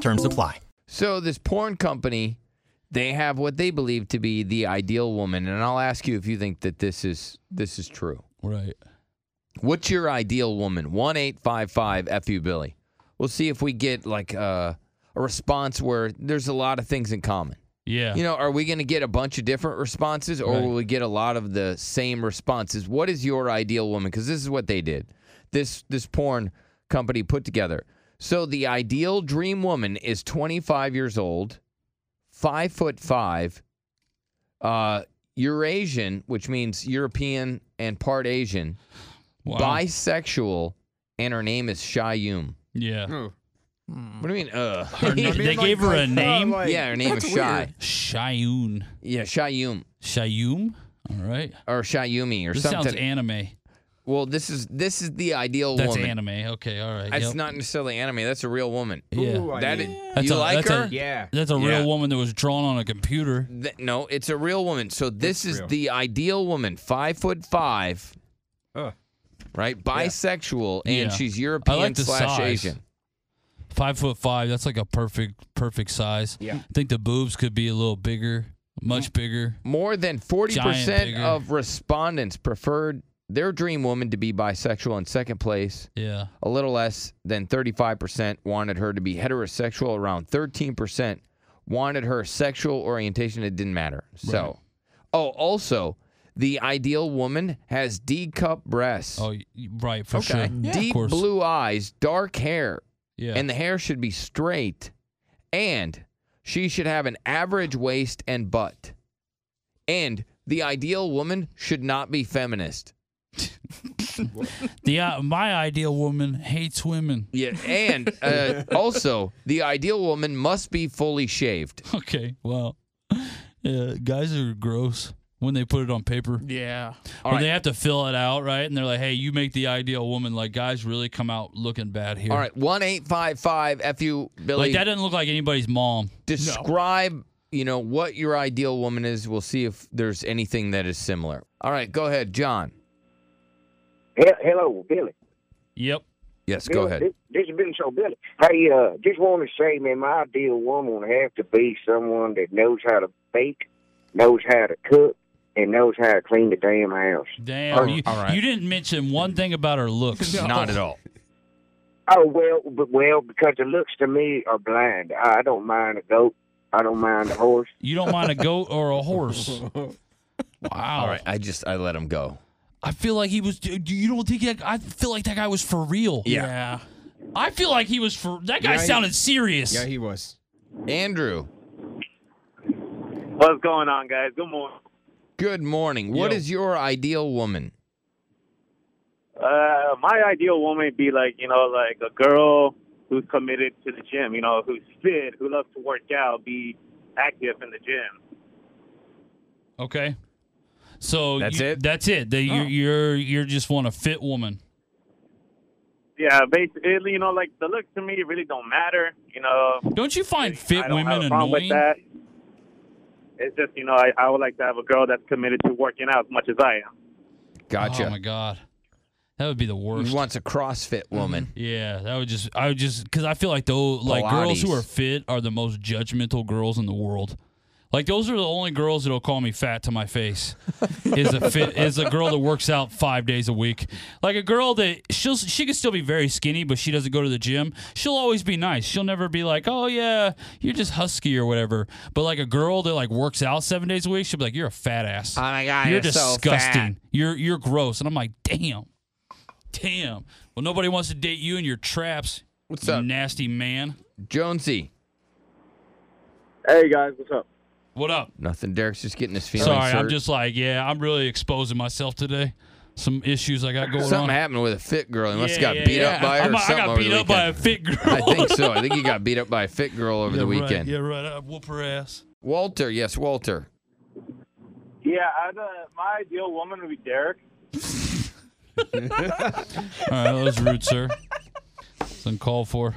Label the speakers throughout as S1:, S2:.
S1: Terms apply.
S2: So this porn company, they have what they believe to be the ideal woman, and I'll ask you if you think that this is this is true.
S3: Right.
S2: What's your ideal woman? One eight five five fu Billy. We'll see if we get like uh, a response where there's a lot of things in common.
S3: Yeah.
S2: You know, are we going to get a bunch of different responses or
S3: Right.
S2: will we get a lot of the same responses? What is your ideal woman? Cuz this is what they did. This this porn company put together. So the ideal dream woman is 25 years old, 5 foot 5, uh Eurasian, which means European and part Asian,
S3: Wow.
S2: bisexual, and her name is Shayum. Hmm.
S3: Yeah.
S2: What do you mean? Uh,
S3: Her na- they gave her a name.
S2: yeah, her name is Shy.
S3: Shayun.
S2: Yeah, Shayum
S3: Shayum. All right.
S2: or Shayumi or
S3: This
S2: something.
S3: sounds anime.
S2: Well, this is this is the ideal
S3: That's
S2: woman.
S3: anime. Okay. All right.
S2: That's
S3: yep.
S2: not necessarily anime. That's a real woman.
S3: Yeah.
S2: That is,
S3: That's
S2: you
S3: a-
S2: like
S3: that's a-
S2: her?
S4: Yeah.
S3: That's a
S2: Yeah.
S3: real woman that was drawn on a computer.
S2: Th- no, it's a real woman. So this is the ideal woman, five foot five,
S4: Ugh.
S2: right? Bisexual, and
S3: Yeah.
S2: she's
S3: I
S2: European
S3: like the
S2: slash
S3: size.
S2: Asian.
S3: Five foot five. That's like a perfect, perfect size.
S4: Yeah.
S3: I think the boobs could be a little bigger,
S2: Hmm.
S3: much bigger.
S2: More than forty
S3: Giant
S2: percent
S3: bigger.
S2: of respondents preferred their dream woman to be bisexual. In second place,
S3: Yeah.
S2: a little less than 35% wanted her to be heterosexual. Around 13% wanted her sexual orientation. It didn't matter. So, oh, also, the ideal woman has D cup breasts,
S3: Oh, y- y- right. For sure. of
S2: deep
S3: course.
S2: blue eyes, dark hair,
S3: Yeah.
S2: and the hair should be straight. And she should have an average waist and butt. And the ideal woman should not be feminist.
S3: The uh, my ideal woman hates women.
S2: Yeah, and uh, also the ideal woman must be fully shaved.
S3: Okay, well, yeah, guys are gross when they put it on paper.
S5: Yeah.
S2: All
S3: when
S2: right.
S3: they have to fill it out, right? And they're like, "Hey, you make the ideal woman." Like, guys really come out looking bad here.
S2: All right, one eight five five fu Billy.
S3: like that doesn't look like anybody's mom.
S2: describe you know what your ideal woman is. We'll see if there's anything that is similar. All right, go ahead, John.
S6: He- Hello, Billy.
S3: Yep.
S2: Yes, go
S6: Billy,
S2: ahead.
S6: This, this has been so Billy. Hey, uh, just want to say, man, my ideal woman would have to be someone that knows how to bake, knows how to cook, and knows how to clean the damn house.
S3: Damn,
S2: Oh,
S3: you,
S2: all right.
S3: you didn't mention one thing about her looks.
S2: Not at all.
S6: Oh well, but, well, because the looks to me are blind. I don't mind a goat. I don't mind a horse.
S3: You don't mind a goat or a horse. Wow.
S2: All right, I just I let him go.
S3: I feel like he was. Do you don't think? That, I feel like that guy was for real.
S2: Yeah.
S5: Yeah.
S3: I feel like he was for. That guy
S4: Yeah, he-
S3: sounded serious.
S4: Yeah, he was.
S2: Andrew,
S7: What's going on, guys? Good morning.
S2: good morning. What
S3: Yo.
S2: is your ideal woman?
S7: Uh, my ideal woman would be like, you know, like a girl who's committed to the gym, you know, who's fit, who loves to work out, be active in the gym.
S3: Okay. So
S2: That's
S3: you-
S2: it?
S3: That's it. That you,
S5: Oh.
S3: you're you're just want a fit woman.
S7: Yeah, basically, you know, like the looks to me really don't matter, you know.
S3: Don't you find fit
S7: I don't
S3: women
S7: have a problem
S3: annoying?
S7: with that. It's just, you know, I, I would like to have a girl that's committed to working out as much as I am.
S2: Gotcha.
S3: Oh my god, that would be the worst.
S2: he wants a CrossFit woman.
S3: yeah, that would just I would just because I feel like those like girls who
S2: Pilates.
S3: are fit are the most judgmental girls in the world. Like those are the only girls that'll call me fat to my face. is a fit is a girl that works out five days a week. Like a girl that she'll she can still be very skinny, but she doesn't go to the gym. She'll always be nice. She'll never be like, oh yeah, you're just husky or whatever. But like a girl that like works out seven days a week, she'll be like, you're a fat ass.
S2: Oh my god,
S3: you're,
S2: you're so
S3: disgusting. you're you're gross. And I'm like, damn, damn. Well, nobody wants to date you and your traps.
S2: What's
S3: you
S2: up,
S3: nasty man?
S2: Jonesy?
S7: Hey, guys, what's up?
S3: What up?
S2: Nothing. Derek's just getting his feelings
S3: Sorry, I'm
S2: hurt.
S3: just like, yeah, I'm really exposing myself today. some issues I got going
S2: Something
S3: on.
S2: happened with a fit girl. He must
S3: Yeah,
S2: have got
S3: yeah,
S2: beat
S3: yeah.
S2: up by her.
S3: I'm-
S2: or
S3: I
S2: something
S3: got
S2: over
S3: beat
S2: the
S3: up by a
S2: weekend.
S3: fit girl.
S2: I think so. I think he got beat up by a fit girl over the
S3: Yeah, right.
S2: weekend.
S3: Yeah, right. I whoop her ass.
S2: Walter, yes, Walter.
S7: Yeah, I'd, uh, my ideal woman would be Derek.
S3: All right, that was rude, sir. It's uncalled for.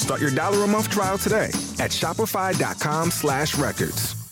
S4: Start your dollar a month trial today at shopify.com slash records.